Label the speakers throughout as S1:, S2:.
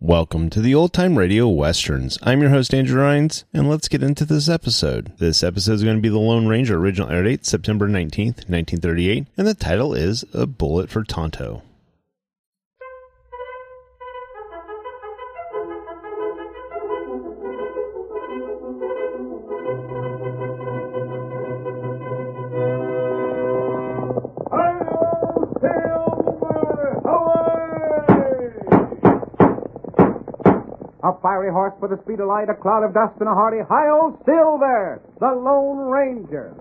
S1: Welcome to the Old Time Radio Westerns. I'm your host, Andrew Rhines, and let's get into this episode. This episode is going to be The Lone Ranger, original air date September 19th, 1938, and the title is A Bullet for Tonto.
S2: A fiery horse with the speed of light, a cloud of dust, and a hearty hi Silver, the Lone Ranger.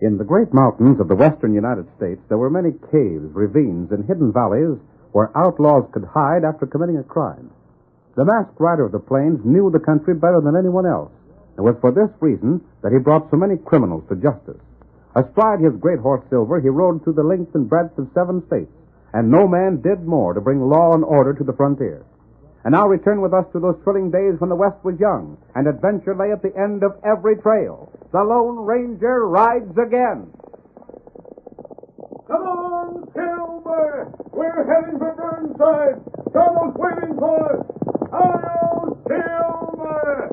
S2: In the great mountains of the western United States, there were many caves, ravines, and hidden valleys where outlaws could hide after committing a crime. The masked rider of the plains knew the country better than anyone else. It was for this reason that he brought so many criminals to justice. Astride his great horse Silver, he rode through the length and breadth of seven states, and no man did more to bring law and order to the frontier. And now return with us to those thrilling days when the West was young and adventure lay at the end of every trail. The Lone Ranger rides again.
S3: Come on, Silver! We're heading for Burnside! Donald's waiting for us! Hello, Silver!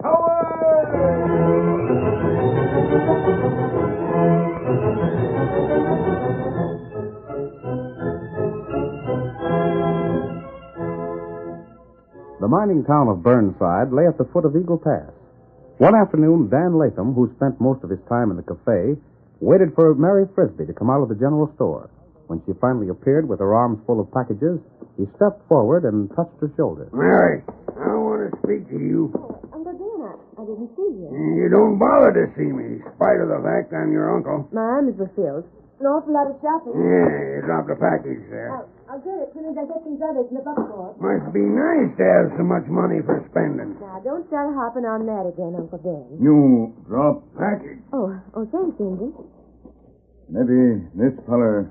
S3: Away!
S2: The mining town of Burnside lay at the foot of Eagle Pass. One afternoon, Dan Latham, who spent most of his time in the cafe, waited for Mary Frisbee to come out of the general store. When she finally appeared with her arms full of packages, he stepped forward and touched her shoulder.
S4: Mary, I want to speak to you.
S5: Uncle Dan, I, I didn't see you.
S4: You don't bother to see me, in spite of the fact I'm your uncle.
S5: My arm is refilled. An awful lot of shopping.
S4: Yeah, you dropped a package there.
S5: I'll, I'll get it as soon as I get these others in the buckboard.
S4: Must be nice to have so much money for spending.
S5: Now, don't start hopping on that again, Uncle Dan.
S6: You drop package.
S5: Oh, oh, thanks, Indy.
S6: Maybe this feller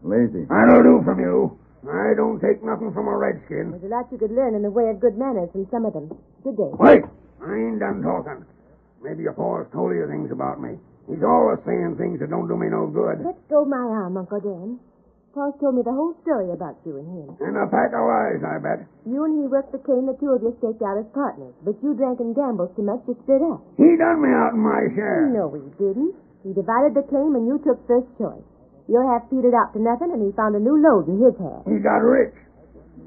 S6: lazy.
S4: That'll do from you. I don't take nothing from a redskin.
S5: There's a lot you could learn in the way of good manners from some of them. Good day.
S4: Wait, I ain't done talking. Maybe your pa's told you things about me. He's always saying things that don't do me no good.
S5: Let go my arm, Uncle Dan. Paul's told me the whole story about you and him.
S4: And a pack of lies, I bet.
S5: You and he worked for Kane, the two of you staked out as partners, but you drank and gambled too much to split up.
S4: He done me out in my share.
S5: No, he didn't. He divided the claim and you took first choice. Your half petered out to nothing, and he found a new load in his half.
S4: He got rich.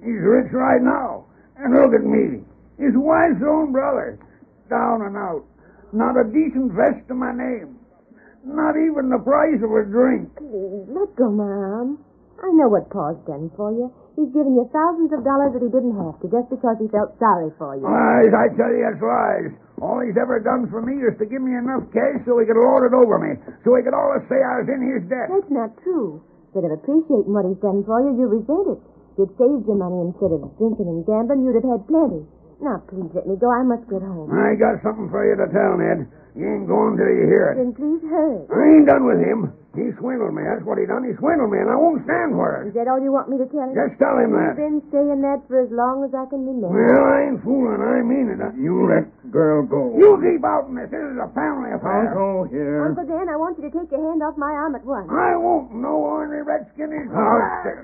S4: He's rich right now. And look at me. His wife's own brother. Down and out. Not a decent vest to my name. Not even the price of a drink.
S5: Please, let go my arm. I know what Paul's done for you. He's given you thousands of dollars that he didn't have to just because he felt sorry for you.
S4: Lies, I tell you, it's lies. All he's ever done for me is to give me enough cash so he could lord it over me, so he could always say I was in his debt.
S5: That's not true. Instead of appreciating what he's done for you, you resent it. You'd saved your money instead of drinking and gambling, you'd have had plenty. Now, please let me go. I must get home.
S4: I got something for you to tell, Ned. You ain't going till you hear it.
S5: Then please hurry.
S4: I ain't done with him. He swindled me. That's what he done. He swindled me, and I won't stand for it.
S5: Is that all you want me to tell you?
S4: Just tell him
S5: I've
S4: that.
S5: been saying that for as long as I can remember.
S4: Well, I ain't fooling. I mean it. You let.
S6: Girl, go.
S4: You keep out in this. This is a family
S6: I'll
S4: affair.
S6: go here.
S5: Uncle Dan, I want you to take your hand off my arm at once.
S4: I won't. No ornery redskin is.
S6: Oh,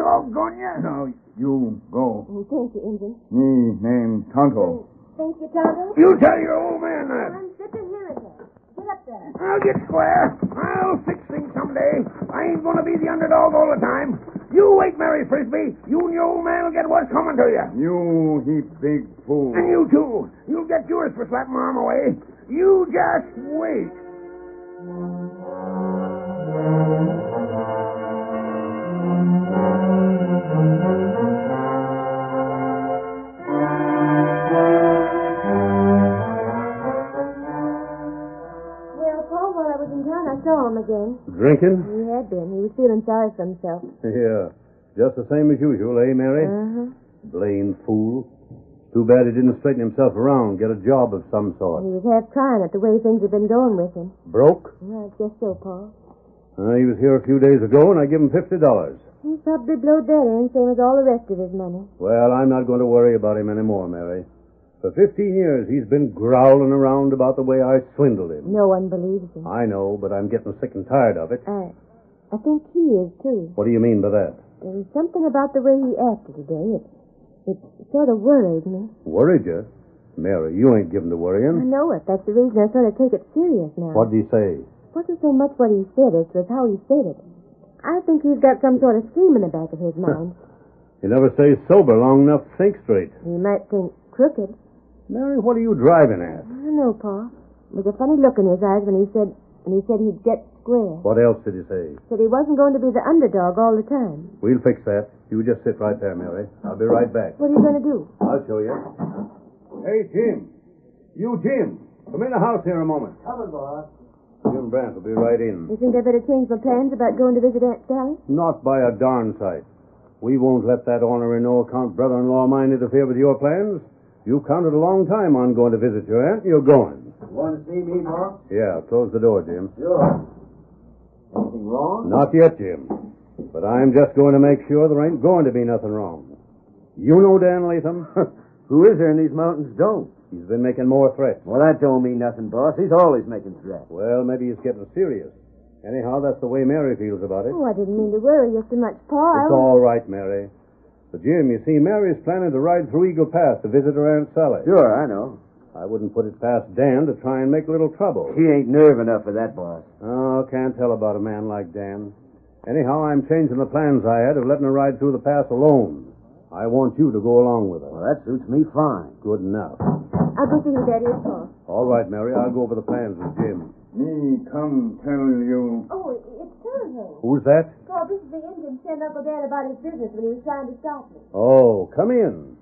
S4: Doggone you.
S6: Now, you go.
S5: Oh, Thank you, Injun.
S6: Me name
S5: Oh.
S6: Tonto.
S5: Thank you, Tonto.
S4: You tell your old man that.
S5: I'm sick of hearing that. Get up there.
S4: I'll get square. I'll fix things someday. I ain't gonna be the underdog all the time. You wait, Mary Frisbee. You and your old man will get what's coming to you.
S6: You he big fool.
S4: And you too. You'll get yours for slapping my arm away. You just wait.
S5: Well, Paul, while I was in town, I saw him again.
S7: Drinking?
S5: He had been. He was feeling sorry for himself.
S7: Yeah. Just the same as usual, eh, Mary?
S5: Uh-huh.
S7: Blamed fool. Too bad he didn't straighten himself around, get a job of some sort.
S5: He was half crying at the way things had been going with him.
S7: Broke?
S5: Well, I guess so, Paul.
S7: Uh, he was here a few days ago, and I give him $50.
S5: He probably blowed that in, same as all the rest of his money.
S7: Well, I'm not going to worry about him anymore, Mary. For 15 years, he's been growling around about the way I swindled him.
S5: No one believes him.
S7: I know, but I'm getting sick and tired of it.
S5: I, I think he is, too.
S7: What do you mean by that?
S5: There was something about the way he acted today. It, it sort of worried me.
S7: Worried you? Mary, you ain't given to
S5: I
S7: worrying.
S5: know it. That's the reason I sort of take it serious now.
S7: What'd he say?
S5: wasn't so much what he said as was how he said it. I think he's got some sort of scheme in the back of his mind.
S7: He never stays sober long enough to think straight.
S5: he might think crooked.
S7: Mary, what are you driving at?
S5: I don't know, Paul. There was a funny look in his eyes when he said when he said he'd get square.
S7: What else did he say?
S5: Said he wasn't going to be the underdog all the time.
S7: We'll fix that. You just sit right there, Mary. I'll be right back.
S5: What are you going to do?
S7: I'll show you. Hey, Jim. You, Jim. Come in the house here a moment. Coming, boss. Jim Brandt will be right in.
S5: You think I better change my plans about going to visit Aunt Sally?
S7: Not by a darn sight. We won't let that ornery no account brother in law of mine interfere with your plans. You counted a long time on going to visit your aunt, and you're going.
S8: Want to see me, Mom?
S7: Yeah, close the door, Jim.
S8: Sure. Anything wrong?
S7: Not yet, Jim. But I'm just going to make sure there ain't going to be nothing wrong. You know Dan Latham?
S8: Who is there in these mountains don't?
S7: He's been making more threats.
S8: Well, that don't mean nothing, boss. He's always making threats.
S7: Well, maybe he's getting serious. Anyhow, that's the way Mary feels about it.
S5: Oh, I didn't mean to worry you so much, Paul. I
S7: It's
S5: was-
S7: all right, Mary. But, Jim, you see, Mary's planning to ride through Eagle Pass to visit her Aunt Sally.
S8: Sure, I know.
S7: I wouldn't put it past Dan to try and make a little trouble.
S8: He ain't nerve enough for that, boss.
S7: Oh, can't tell about a man like Dan. Anyhow, I'm changing the plans I had of letting her ride through the pass alone. I want you to go along with her.
S8: Well, that suits me fine.
S7: Good enough.
S5: I'll go see who that is, Paul.
S7: All right, Mary, I'll go over the plans with Jim.
S6: Me come tell you.
S5: Oh, it's Tonto.
S7: Who's that?
S5: Paul, this is the Indian sent Uncle Dan about his business when he was trying to stop me.
S7: Oh, come in.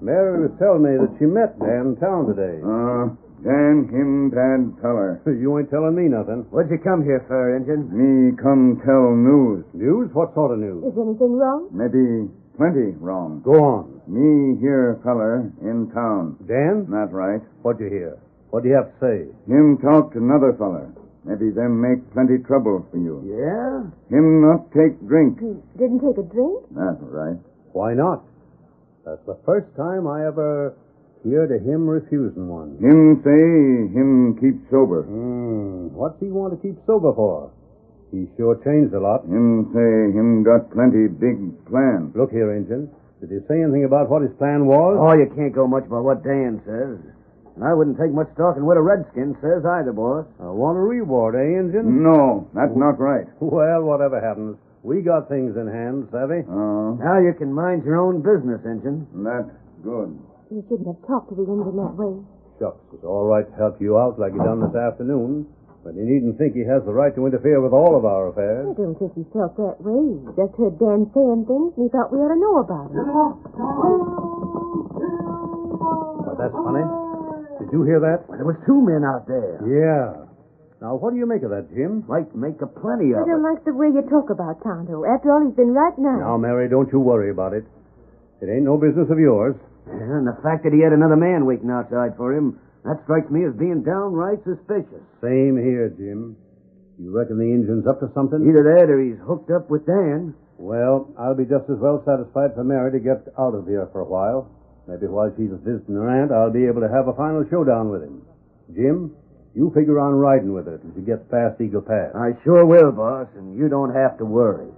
S7: Mary was telling me that she met Dan in town today.
S6: Uh, Dan him bad feller.
S7: You ain't telling me nothing.
S8: What'd you come here for, Injun?
S6: Me come tell news.
S7: News? What sort of news?
S5: Is anything wrong?
S6: Maybe plenty wrong.
S7: Go on.
S6: Me here feller in town.
S7: Dan?
S6: Not right.
S7: What'd you hear? What do you have to say?
S6: Him talk to another feller. Maybe them make plenty trouble for you.
S8: Yeah?
S6: Him not take drink.
S5: He didn't take a drink?
S6: That's right.
S7: Why not? That's the first time I ever heard of him refusing one.
S6: Him say him keep sober.
S7: Hmm. What's he want to keep sober for? He sure changed a lot.
S6: Him say him got plenty big plan.
S7: Look here, Injun. Did he say anything about what his plan was?
S8: Oh, you can't go much by what Dan says. And I wouldn't take much stock in what a redskin says either, boss. Hmm?
S7: I want a reward, eh, Injun?
S6: No, that's not right.
S7: Well, whatever happens, we got things in hand, savvy.
S6: Oh,
S8: Now you can mind your own business, Injun.
S6: that's good.
S5: You shouldn't have talked to the Indian that way.
S7: Shucks, it's all right to help you out like he done this afternoon, but he needn't think he has the right to interfere with all of
S5: I
S7: our affairs.
S5: don't think he felt that way. He just heard Dan saying things and he thought we ought to know about it.
S7: But that's funny. Did you hear that?
S8: Well, there was two men out there.
S7: Yeah. Now, what do you make of that, Jim?
S8: Like make a plenty
S5: I
S8: of
S5: don't
S8: it.
S5: like the way you talk about Tonto. After all, he's been right now.
S7: Now, Mary, don't you worry about it. It ain't no business of yours.
S4: Yeah, and the fact that he had another man waiting outside for him, that strikes me as being downright suspicious.
S9: Same here, Jim. You reckon the engine's up to something?
S4: Either that or he's hooked up with Dan.
S9: Well, I'll be just as well satisfied for Mary to get out of here for a while. Maybe while she's visiting her aunt, I'll be able to have a final showdown with him. Jim, you figure on riding with her till she gets past Eagle Pass.
S4: I sure will, boss, and you don't have to worry.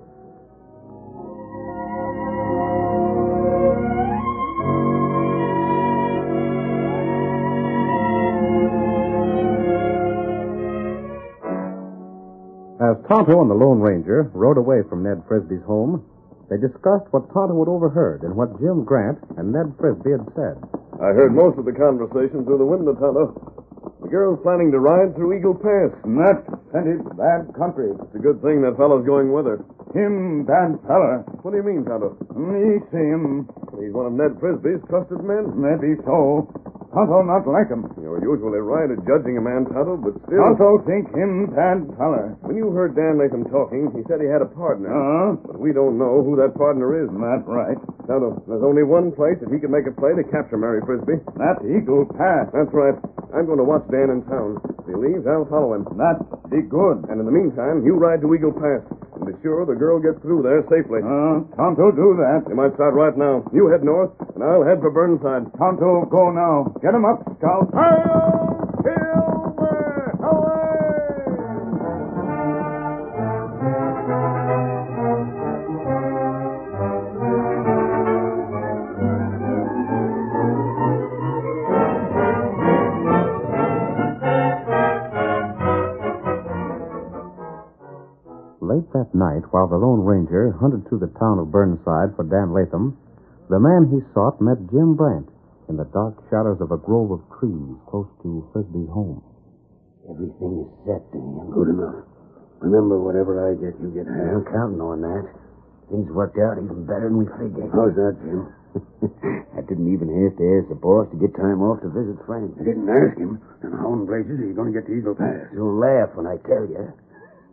S10: As Tonto and the Lone Ranger rode away from Ned Frisby's home, they discussed what Tonto had overheard and what Jim Grant and Ned Frisby had said.
S11: I heard most of the conversation through the window, Tonto. The girl's planning to ride through Eagle Pass.
S12: And that's plenty bad country.
S11: It's a good thing that fellow's going with her.
S12: Him bad fella.
S11: What do you mean, Tonto?
S12: Me see him.
S11: He's one of Ned Frisby's trusted men.
S12: Maybe so. Tonto not like him.
S11: You're usually right at judging a man, Tonto, but still.
S12: Tonto think him bad fella.
S11: When you heard Dan Latham talking, he said he had a partner.
S12: Uh-huh.
S11: But we don't know who that partner is.
S12: That right.
S11: Tonto, there's only one place that he can make a play to capture Mary Frisby.
S12: That Eagle Pass.
S11: That's right. I'm going to watch Dan in town. If he leaves, I'll follow him.
S12: That be good.
S11: And in the meantime, you ride to Eagle Pass. And be sure the girl gets through there safely.
S12: Uh, Tonto do that.
S11: You might start right now. You head north, and I'll head for Burnside.
S12: Tonto go now. Get him up, Scout.
S13: I'll kill my away!
S10: Late that night, while the Lone Ranger hunted through the town of Burnside for Dan Latham, the man he sought met Jim Brandt in the dark shadows of a grove of trees close to Frisby's home.
S4: Everything is set, Dan. Good enough. Remember, whatever I get, you get half. I'm counting on that. Things worked out even better than we eh? figured. How's that, Jim? I didn't even have to ask the boss to get time off to visit friends. I didn't ask him. And how in blazes are you going to get to Eagle Pass? You'll laugh when I tell you.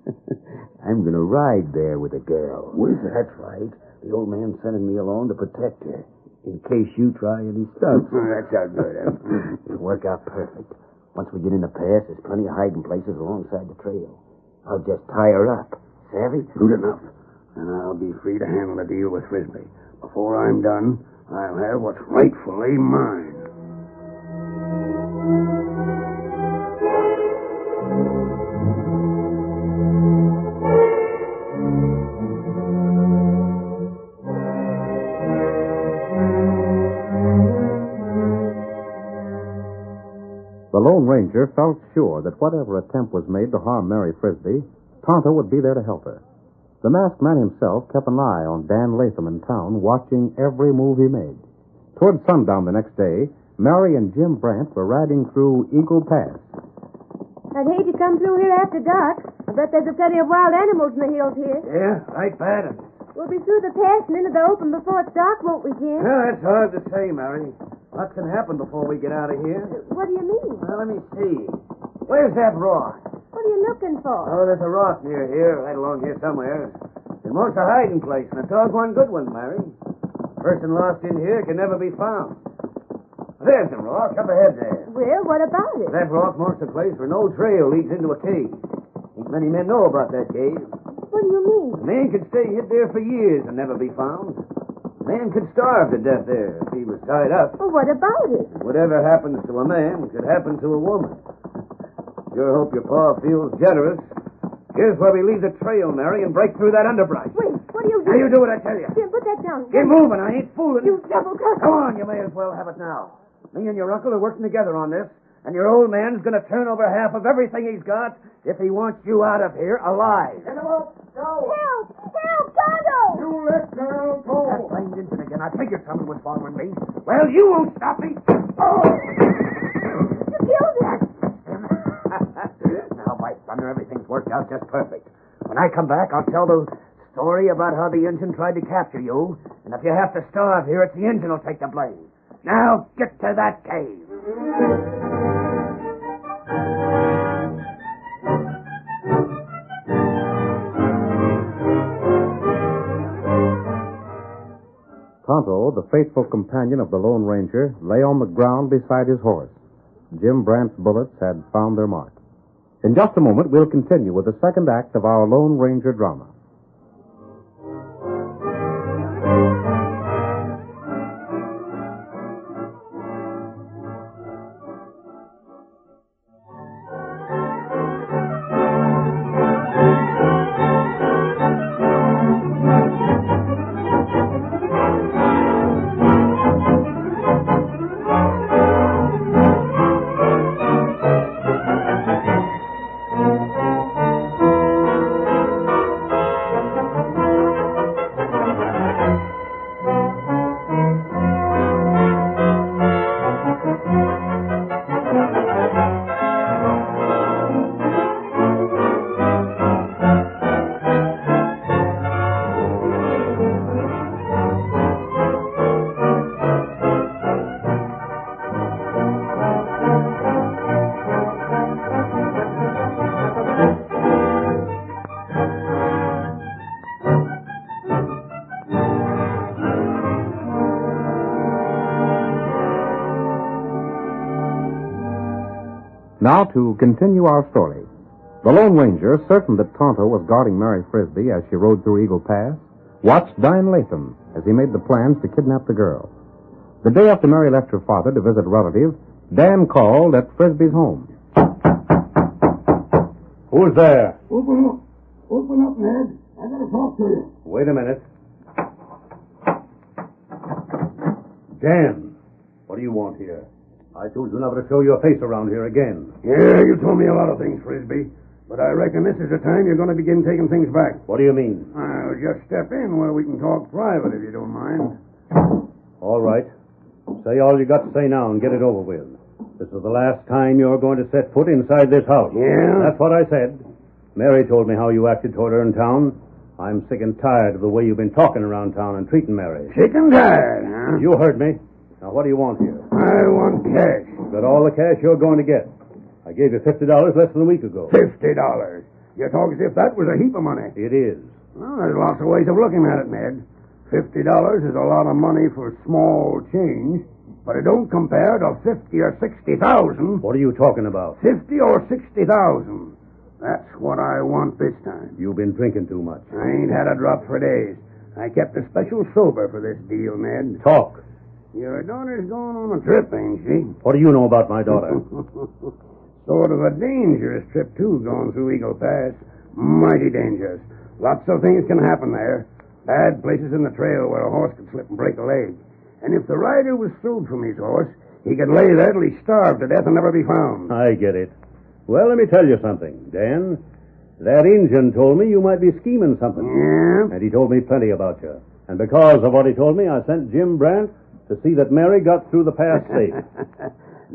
S4: I'm going to ride there with a girl. With her? That's right. The old man sending me along to protect her in case you try any stunts. That's how good. It'll work out perfect. Once we get in the pass, there's plenty of hiding places alongside the trail. I'll just tie her up. Savvy? Good enough. And I'll be free to handle the deal with Frisbee. Before I'm done, I'll have what's rightfully mine.
S10: The Lone Ranger felt sure that whatever attempt was made to harm Mary Frisbee, Tonto would be there to help her. The masked man himself kept an eye on Dan Latham in town, watching every move he made. Toward sundown the next day, Mary and Jim Brandt were riding through Eagle Pass.
S5: I'd hate to come through here after dark. I bet there's a plenty of wild animals in the hills here.
S7: Yeah, right bad.
S5: We'll be through the pass and into the open before it's dark, won't we, Jim?
S7: Well, that's hard to say, Mary. Lots can happen before we get out of here.
S5: What do you mean?
S7: Well, let me see. Where's that rock?
S5: What are you looking for?
S7: Oh, there's a rock near here, right along here somewhere. It marks a hiding place, and a doggone good one, Mary. Person lost in here can never be found. There's the rock up ahead there.
S5: Well, what about it?
S7: That rock marks a place where no trail leads into a cave. Ain't many men know about that cave.
S5: What do you mean?
S7: A man could stay hid there for years and never be found. A man could starve to death there if he was tied up.
S5: Well, what about it?
S7: Whatever happens to a man could happen to a woman. Sure hope your pa feels generous. Here's where we leave the trail, Mary, and break through that underbrush.
S5: Wait, what are you
S7: Now
S5: doing?
S7: you do what I tell you.
S5: Jim, put that down.
S7: Get moving. I ain't fooling.
S5: You double cuss.
S7: Come on, you may as well have it now. Me and your uncle are working together on this, and your old man's going to turn over half of everything he's got if he wants you out of here alive.
S12: Get him up, Scout.
S5: Help! Help, Tonto!
S12: You let girl
S7: That
S12: go.
S7: blamed engine again. I figured someone was following me. Well, you won't stop me. Oh!
S5: You killed him!
S7: now, by thunder, everything's worked out just perfect. When I come back, I'll tell the story about how the engine tried to capture you, and if you have to starve here, it's the engine will take the blame. Now, get to that cave.
S14: Tonto, the faithful companion of the Lone Ranger, lay on the ground beside his horse. Jim Brandt's bullets had found their mark. In just a moment, we'll continue with the second act of our Lone Ranger drama. Now to continue our story. The Lone Ranger, certain that Tonto was guarding Mary Frisbee as she rode through Eagle Pass, watched Dine Latham as he made the plans to kidnap the girl. The day after Mary left her father to visit a relative, Dan called at Frisbee's home.
S7: Who's there?
S15: Open up. Open up, Ned. I gotta talk to you.
S7: Wait a minute. Dan, what do you want here? I told you never to show your face around here again.
S4: Yeah, you told me a lot of things, Frisbee. But I reckon this is the time you're going to begin taking things back.
S7: What do you mean?
S4: I'll just step in where we can talk private, if you don't mind.
S7: All right. Say all you got to say now and get it over with. This is the last time you're going to set foot inside this house.
S4: Yeah?
S7: That's what I said. Mary told me how you acted toward her in town. I'm sick and tired of the way you've been talking around town and treating Mary.
S4: Sick and tired, huh?
S7: You heard me. Now, what do you want here?
S4: I want cash.
S7: You've got all the cash you're going to get. I gave you $50 less than a week ago.
S4: Fifty dollars. You talk as if that was a heap of money.
S7: It is.
S4: Well, there's lots of ways of looking at it, Ned. Fifty dollars is a lot of money for small change, but it don't compare to fifty or sixty thousand.
S7: What are you talking about?
S4: Fifty or sixty thousand. That's what I want this time.
S7: You've been drinking too much.
S4: I ain't had a drop for days. I kept a special sober for this deal, Ned.
S7: Talk.
S4: Your daughter's going on a trip, ain't she?
S7: What do you know about my daughter?
S4: Sort of a dangerous trip, too, going through Eagle Pass. Mighty dangerous. Lots of things can happen there. Bad places in the trail where a horse could slip and break a leg. And if the rider was through from his horse, he could lay there till he starved to death and never be found.
S7: I get it. Well, let me tell you something, Dan. That Injun told me you might be scheming something.
S4: Yeah?
S7: And he told me plenty about you. And because of what he told me, I sent Jim Brandt to see that Mary got through the pass safe.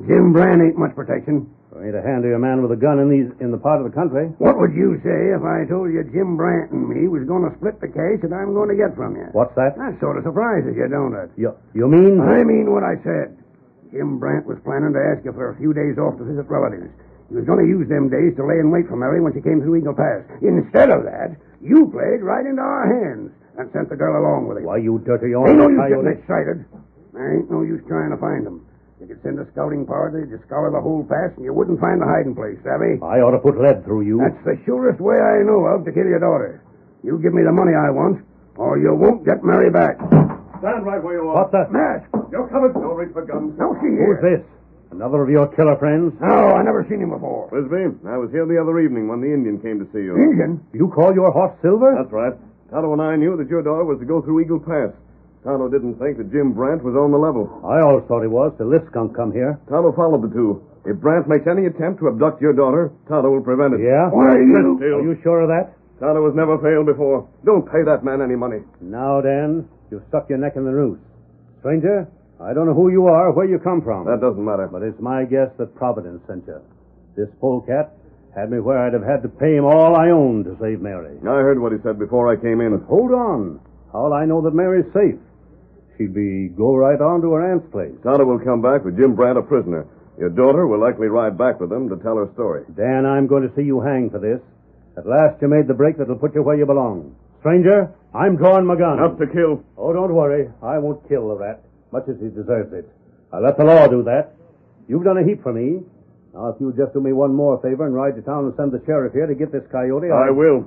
S4: Jim Brand ain't much protection.
S7: there ain't a hand to a man with a gun in these in the part of the country.
S4: What would you say if I told you Jim Brant and me was going to split the cash that I'm going to get from you?
S7: What's that?
S4: That sort of surprises you, don't it?
S7: You, you mean?
S4: I mean what I said. Jim Brant was planning to ask you for a few days off to visit relatives. He was going to use them days to lay in wait for Mary when she came through Eagle Pass. Instead of that, you played right into our hands and sent the girl along with you.
S7: Why, you dirty old
S4: Ain't no use
S7: coyote.
S4: getting excited. There ain't no use trying to find them. You could send a scouting party to scour the whole pass, and you wouldn't find a hiding place, savvy?
S10: Uh,
S7: I ought to put lead through you.
S4: That's the surest way I know of to kill your daughter. You give me the money I want, or you won't get Mary back.
S10: Stand right where you are.
S7: What's that?
S4: Mask,
S10: You're covered. Don't reach for guns.
S4: no, she
S7: Who's
S4: is.
S7: this? Another of your killer friends?
S4: No, I never seen him before.
S10: Frisbee, I was here the other evening when the Indian came to see you.
S4: Injun?
S7: You call your horse Silver?
S10: That's right. Tonto and I knew that your daughter was to go through Eagle Pass. Tonto didn't think that Jim Brant was on the level.
S7: I always thought he was till this skunk come here.
S10: Tonto followed the two. If Brant makes any attempt to abduct your daughter, Tonto will prevent it.
S7: Yeah?
S4: Why, you...
S7: Are
S10: Still,
S7: you sure of that?
S10: Tonto has never failed before. Don't pay that man any money.
S7: Now, Dan, you've stuck your neck in the noose. Stranger, I don't know who you are, or where you come from.
S10: That doesn't matter.
S7: But it's my guess that Providence sent you. This polecat had me where I'd have had to pay him all I owned to save Mary.
S10: I heard what he said before I came in.
S7: Hold on. How'll I know that Mary's safe? She'd be go right on to her aunt's place.
S10: Tonto will come back with Jim Brant a prisoner. Your daughter will likely ride back with them to tell her story.
S7: Dan, I'm going to see you hang for this. At last you made the break that'll put you where you belong. Stranger, I'm drawing my gun.
S10: Enough to kill.
S7: Oh, don't worry. I won't kill the rat, much as he deserves it. I let the law do that. You've done a heap for me. Now, if you'll just do me one more favor and ride to town and send the sheriff here to get this coyote,
S10: I will.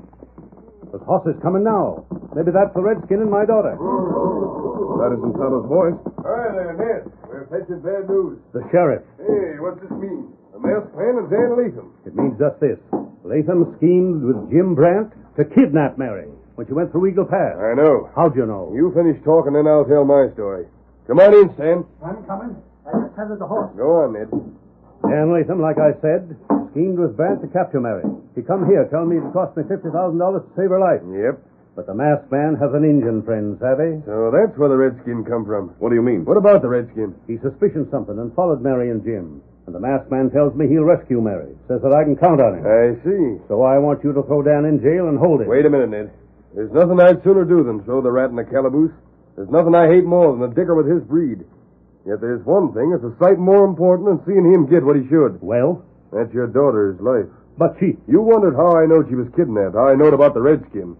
S7: This horse is coming now. Maybe that's the redskin and my daughter.
S10: That isn't Tonto's voice.
S3: Hi there, Ned. We're fetching bad news.
S7: The sheriff.
S3: Hey, what's this mean? The masked man and Dan Latham.
S7: It means just this. Latham schemed with Jim Brandt to kidnap Mary when she went through Eagle Pass.
S10: I know.
S7: How'd you know?
S10: You finish talking, then I'll tell my story. Come on in, Stan.
S16: I'm coming. I just tethered the horse.
S10: Go on, Ned.
S7: Dan Latham, like I said, schemed with Brandt to capture Mary. He come here telling me it cost me $50,000 to save her life.
S10: Yep.
S7: But the masked man has an Indian friend, savvy?
S10: So that's where the redskin come from. What do you mean? What about the redskin?
S7: He suspicioned something and followed Mary and Jim. And the masked man tells me he'll rescue Mary. Says that I can count on him.
S10: I see.
S7: So I want you to throw Dan in jail and hold him.
S10: Uh, Wait a minute, Ned. There's nothing I'd sooner do than throw the rat in the calaboose. There's nothing I hate more than a dicker with his breed. Yet there's one thing that's a sight more important than seeing him get what he should.
S7: Well?
S10: That's your daughter's life.
S7: But she.
S10: You wondered how I know she was kidnapped, how I knowed about the redskin.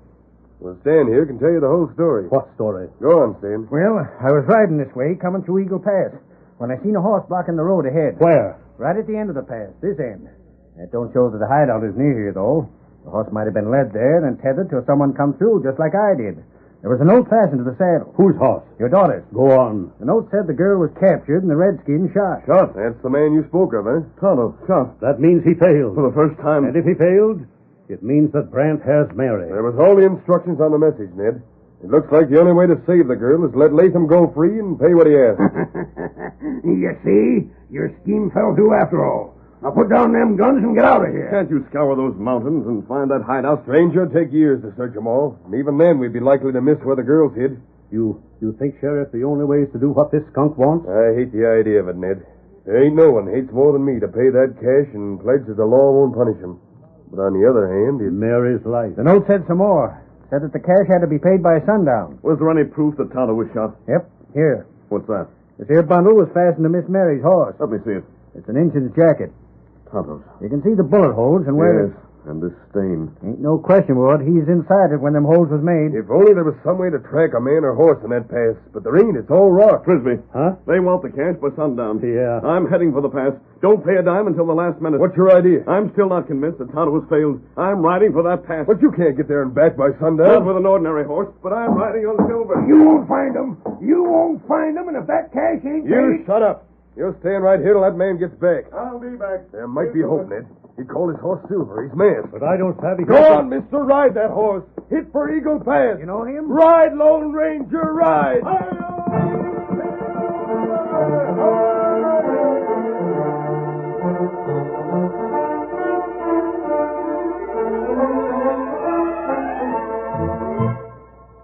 S10: Well, Stan here can tell you the whole story.
S7: What story?
S10: Go on, Stan.
S16: Well, I was riding this way, coming through Eagle Pass, when I seen a horse blocking the road ahead.
S7: Where?
S16: Right at the end of the pass, this end. That don't show that the hideout is near here, though. The horse might have been led there, then tethered till someone come through, just like I did. There was a note fastened to the saddle.
S7: Whose horse?
S16: Your daughter's.
S7: Go on.
S16: The note said the girl was captured and the redskin shot.
S10: Shot. That's the man you spoke of, eh?
S7: Tonto, shot. That means he failed.
S10: For the first time.
S7: And if he failed, it means that Brandt has Mary.
S10: There was all the instructions on the message, Ned. It looks like the only way to save the girl is to let Latham go free and pay what he asks.
S17: you see? Your scheme fell through after all. Now put down them guns and get out of here.
S10: Can't you scour those mountains and find that hideout? Stranger, take years to search 'em all. And even then, we'd be likely to miss where the girl's hid.
S7: You you think, Sheriff, the only way is to do what this skunk wants?
S10: I hate the idea of it, Ned. There ain't no one hates more than me to pay that cash and pledge that the law won't punish him. But on the other hand, it...
S7: Mary's life.
S16: The note said some more. Said that the cash had to be paid by sundown.
S10: Was there any proof that Tonto was shot?
S16: Yep, here.
S10: What's that?
S16: This here bundle was fastened to Miss Mary's horse.
S10: Let me see it.
S16: It's an Injun's jacket.
S10: Tonto's.
S16: You can see the bullet holes and where
S10: Yes, and this stain.
S16: it ain't no question, Ward. He's inside it when them holes was made.
S10: If only there was some way to track a man or horse in that pass, but there ain't. It's all rock. Frisbee,
S7: Huh?
S10: they want the cash by sundown.
S7: Yeah.
S10: I'm heading for the pass. Don't pay a dime until the last minute. What's your idea? I'm still not convinced that Tonto has failed. I'm riding for that pass. But you can't get there and back by sundown. Not with an ordinary horse, but I'm riding on silver.
S17: You won't find them. You won't find them, and if that cash ain't
S10: You
S17: paid...
S10: shut up. You're staying right here till that man gets back.
S3: I'll be back.
S10: There might be hope, Ned. He called his horse Silver. He's mad.
S7: But I don't have
S10: Go on, mister. Ride that horse. Hit for Eagle Pass.
S16: You know him? oh,
S10: Ride, Lone Ranger, ride.
S16: oh.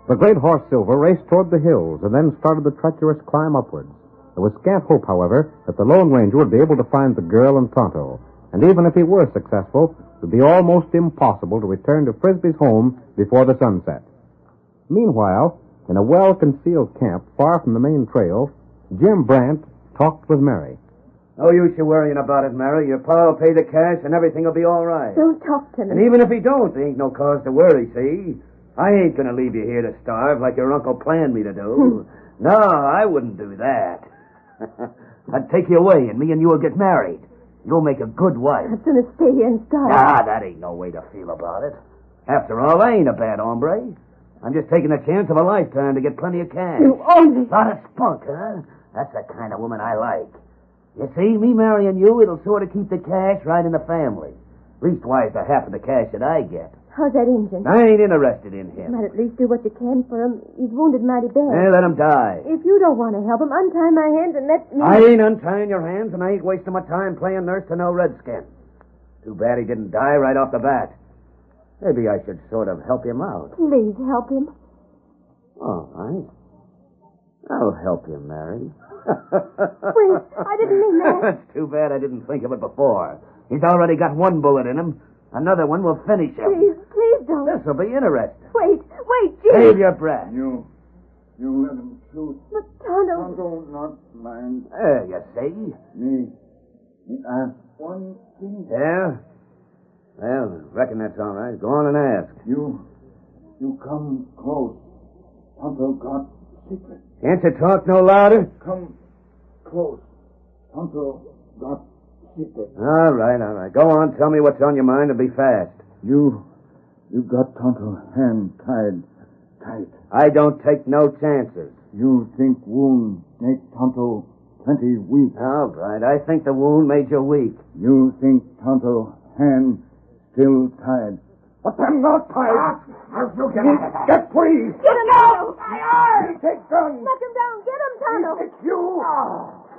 S2: The great horse Silver raced toward the hills and then started the treacherous climb upwards. There was scant hope, however, that the Lone Ranger would be able to find the girl and Tonto, and even if he were successful, it would be almost impossible to return to Frisbee's home before the sunset. Meanwhile, in a well concealed camp far from the main trail, Jim Brandt talked with Mary.
S16: No use you worrying about it, Mary. Your pa'll pay the cash and everything will be all right.
S5: Don't talk to
S16: And
S5: me.
S16: even if he don't, there ain't no cause to worry, see? I ain't gonna leave you here to starve like your uncle planned me to do. no, I wouldn't do that. I'd take you away, and me and you'll get married. You'll make a good wife.
S5: I'm going to stay here and starve.
S16: Nah, that ain't no way to feel about it. After all, I ain't a bad hombre. I'm just taking a chance of a lifetime to get plenty of cash.
S5: You only.
S16: Lot of spunk, huh? That's the kind of woman I like. You see, me marrying you, it'll sort of keep the cash right in the family. Leastwise, the half of the cash that I get.
S5: How's that engine?
S16: I ain't interested in
S5: You
S16: him.
S5: might at least do what you can for him. He's wounded mighty
S16: Eh,
S5: bad.
S16: let him die.
S5: If you don't want to help him, untie my hands and let me.
S16: I ain't untying your hands, and I ain't wasting my time playing nurse to no redskin. Too bad he didn't die right off the bat. Maybe I should sort of help him out.
S5: Please help him.
S16: All right. I'll help you, Mary.
S5: Wait, I didn't mean that.
S16: That's too bad I didn't think of it before. He's already got one bullet in him. Another one will finish him.
S5: Please, please don't.
S16: This will be interesting.
S5: Wait, wait,
S16: Save
S5: Jim.
S16: your breath.
S3: You. You let him shoot.
S5: But Tonto,
S3: Tonto not mind
S16: There, you see?
S3: me. Me ask one thing.
S16: Yeah? Well, reckon that's all right. Go on and ask.
S3: You. you come close, Tonto got secret.
S7: Can't you talk no louder?
S3: Come close, Tonto got secret.
S7: All right, all right. Go on, tell me what's on your mind and be fast.
S3: You, you got Tonto hand tied tight.
S7: I don't take no chances.
S3: You think wound make Tonto plenty weak.
S7: All right, I think the wound made you weak.
S3: You think Tonto hand still tied.
S4: But I'm not tired. How'd you get Get free.
S5: Get him out!
S4: He take guns.
S5: Knock him down. Get him, Tonto.
S4: It's you.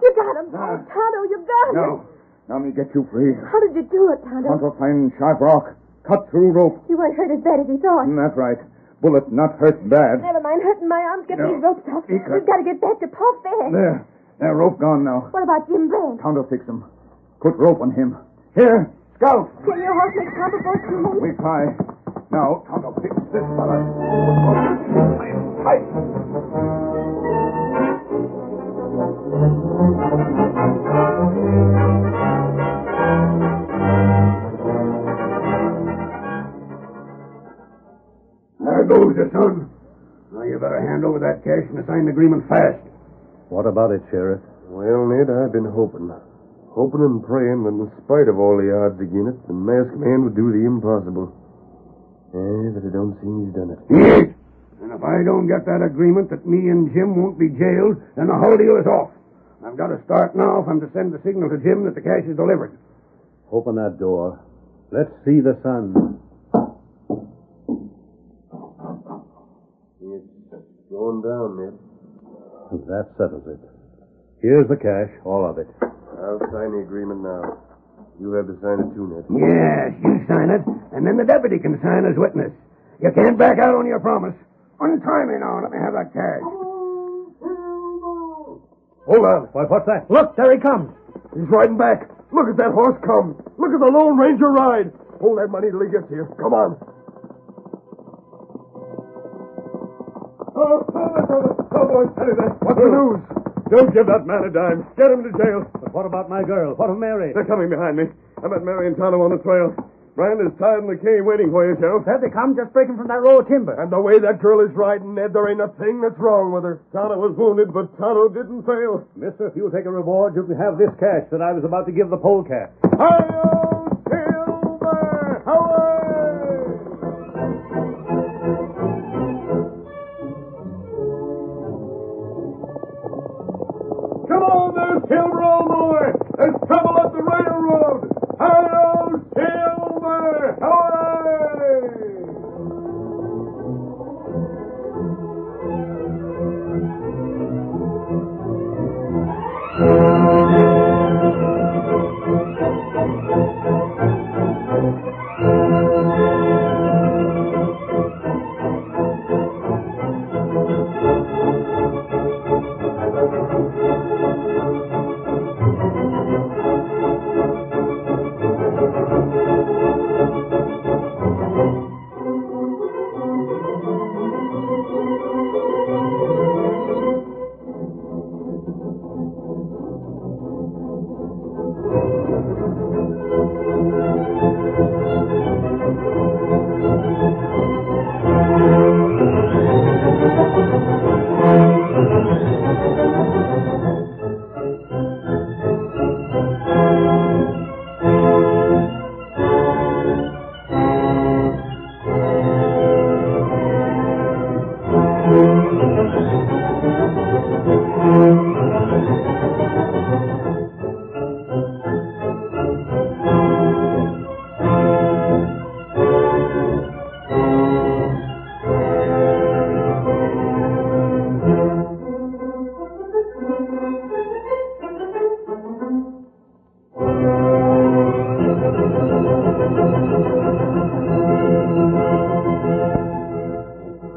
S5: You got him. Oh, Tonto, you got him.
S18: No. Now me get you free.
S5: How did you do it, Tonto?
S18: Tonto find sharp rock. Cut through rope.
S5: You weren't hurt as bad as he thought.
S18: Mm, That's right. Bullet not hurt bad.
S5: Never mind hurting my arms. Get
S18: No.
S5: these ropes off.
S18: He cut-
S5: We've got to get back to Paul Fair.
S18: There. There, rope gone now.
S5: What about Jim Brand?
S18: Tonto fix him. Put rope on him. Here, scout.
S5: Can your horse make Tonto go too
S18: We
S5: late?
S18: try. Now, Tonto fix this fellow.
S4: There goes your son. Now you better hand over that cash and sign the agreement fast.
S19: What about it, Sheriff?
S10: Well, Ned, I've been hoping. Hoping and praying that in spite of all the odds against it, the masked man would do the impossible. Eh, but it don't seem he's done it.
S4: Yes. And if I don't get that agreement that me and Jim won't be jailed, then the whole deal is off. I've got to start now if I'm to send the signal to Jim that the cash is delivered.
S19: Open that door. Let's see the sun.
S10: It's going down, Ned.
S19: That settles it. Here's the cash, all of it.
S10: I'll sign the agreement now. You have to sign it too, Ned.
S4: Yes, you sign it, and then the deputy can sign as witness. You can't back out on your promise. Untie me now and let me have that cash.
S10: Hold on.
S19: Why, what's that?
S10: Look, there he comes. He's riding back. Look at that horse come. Look at the Lone Ranger ride. Hold that money till he gets here. Come on. Oh, boy, tell you that. What's the news? Don't give that man a dime. Get him to jail.
S19: But what about my girl? What of Mary?
S10: They're coming behind me. I met Mary and Tonto on the trail. Brand is tied in the cave waiting for you, Sheriff.
S7: There they come, just breaking from that row of timber.
S10: And the way that girl is riding, Ned, there ain't a thing that's wrong with her. Tonto was wounded, but Tonto didn't fail.
S19: Mister, if you'll take a reward, you can have this cash that I was about to give the polecat.
S10: Hi-yo, Silver! Hooray! Come on there, Silver, old boy! There's trouble at the railroad! Hi-yo, Silver! Hooray!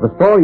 S20: The story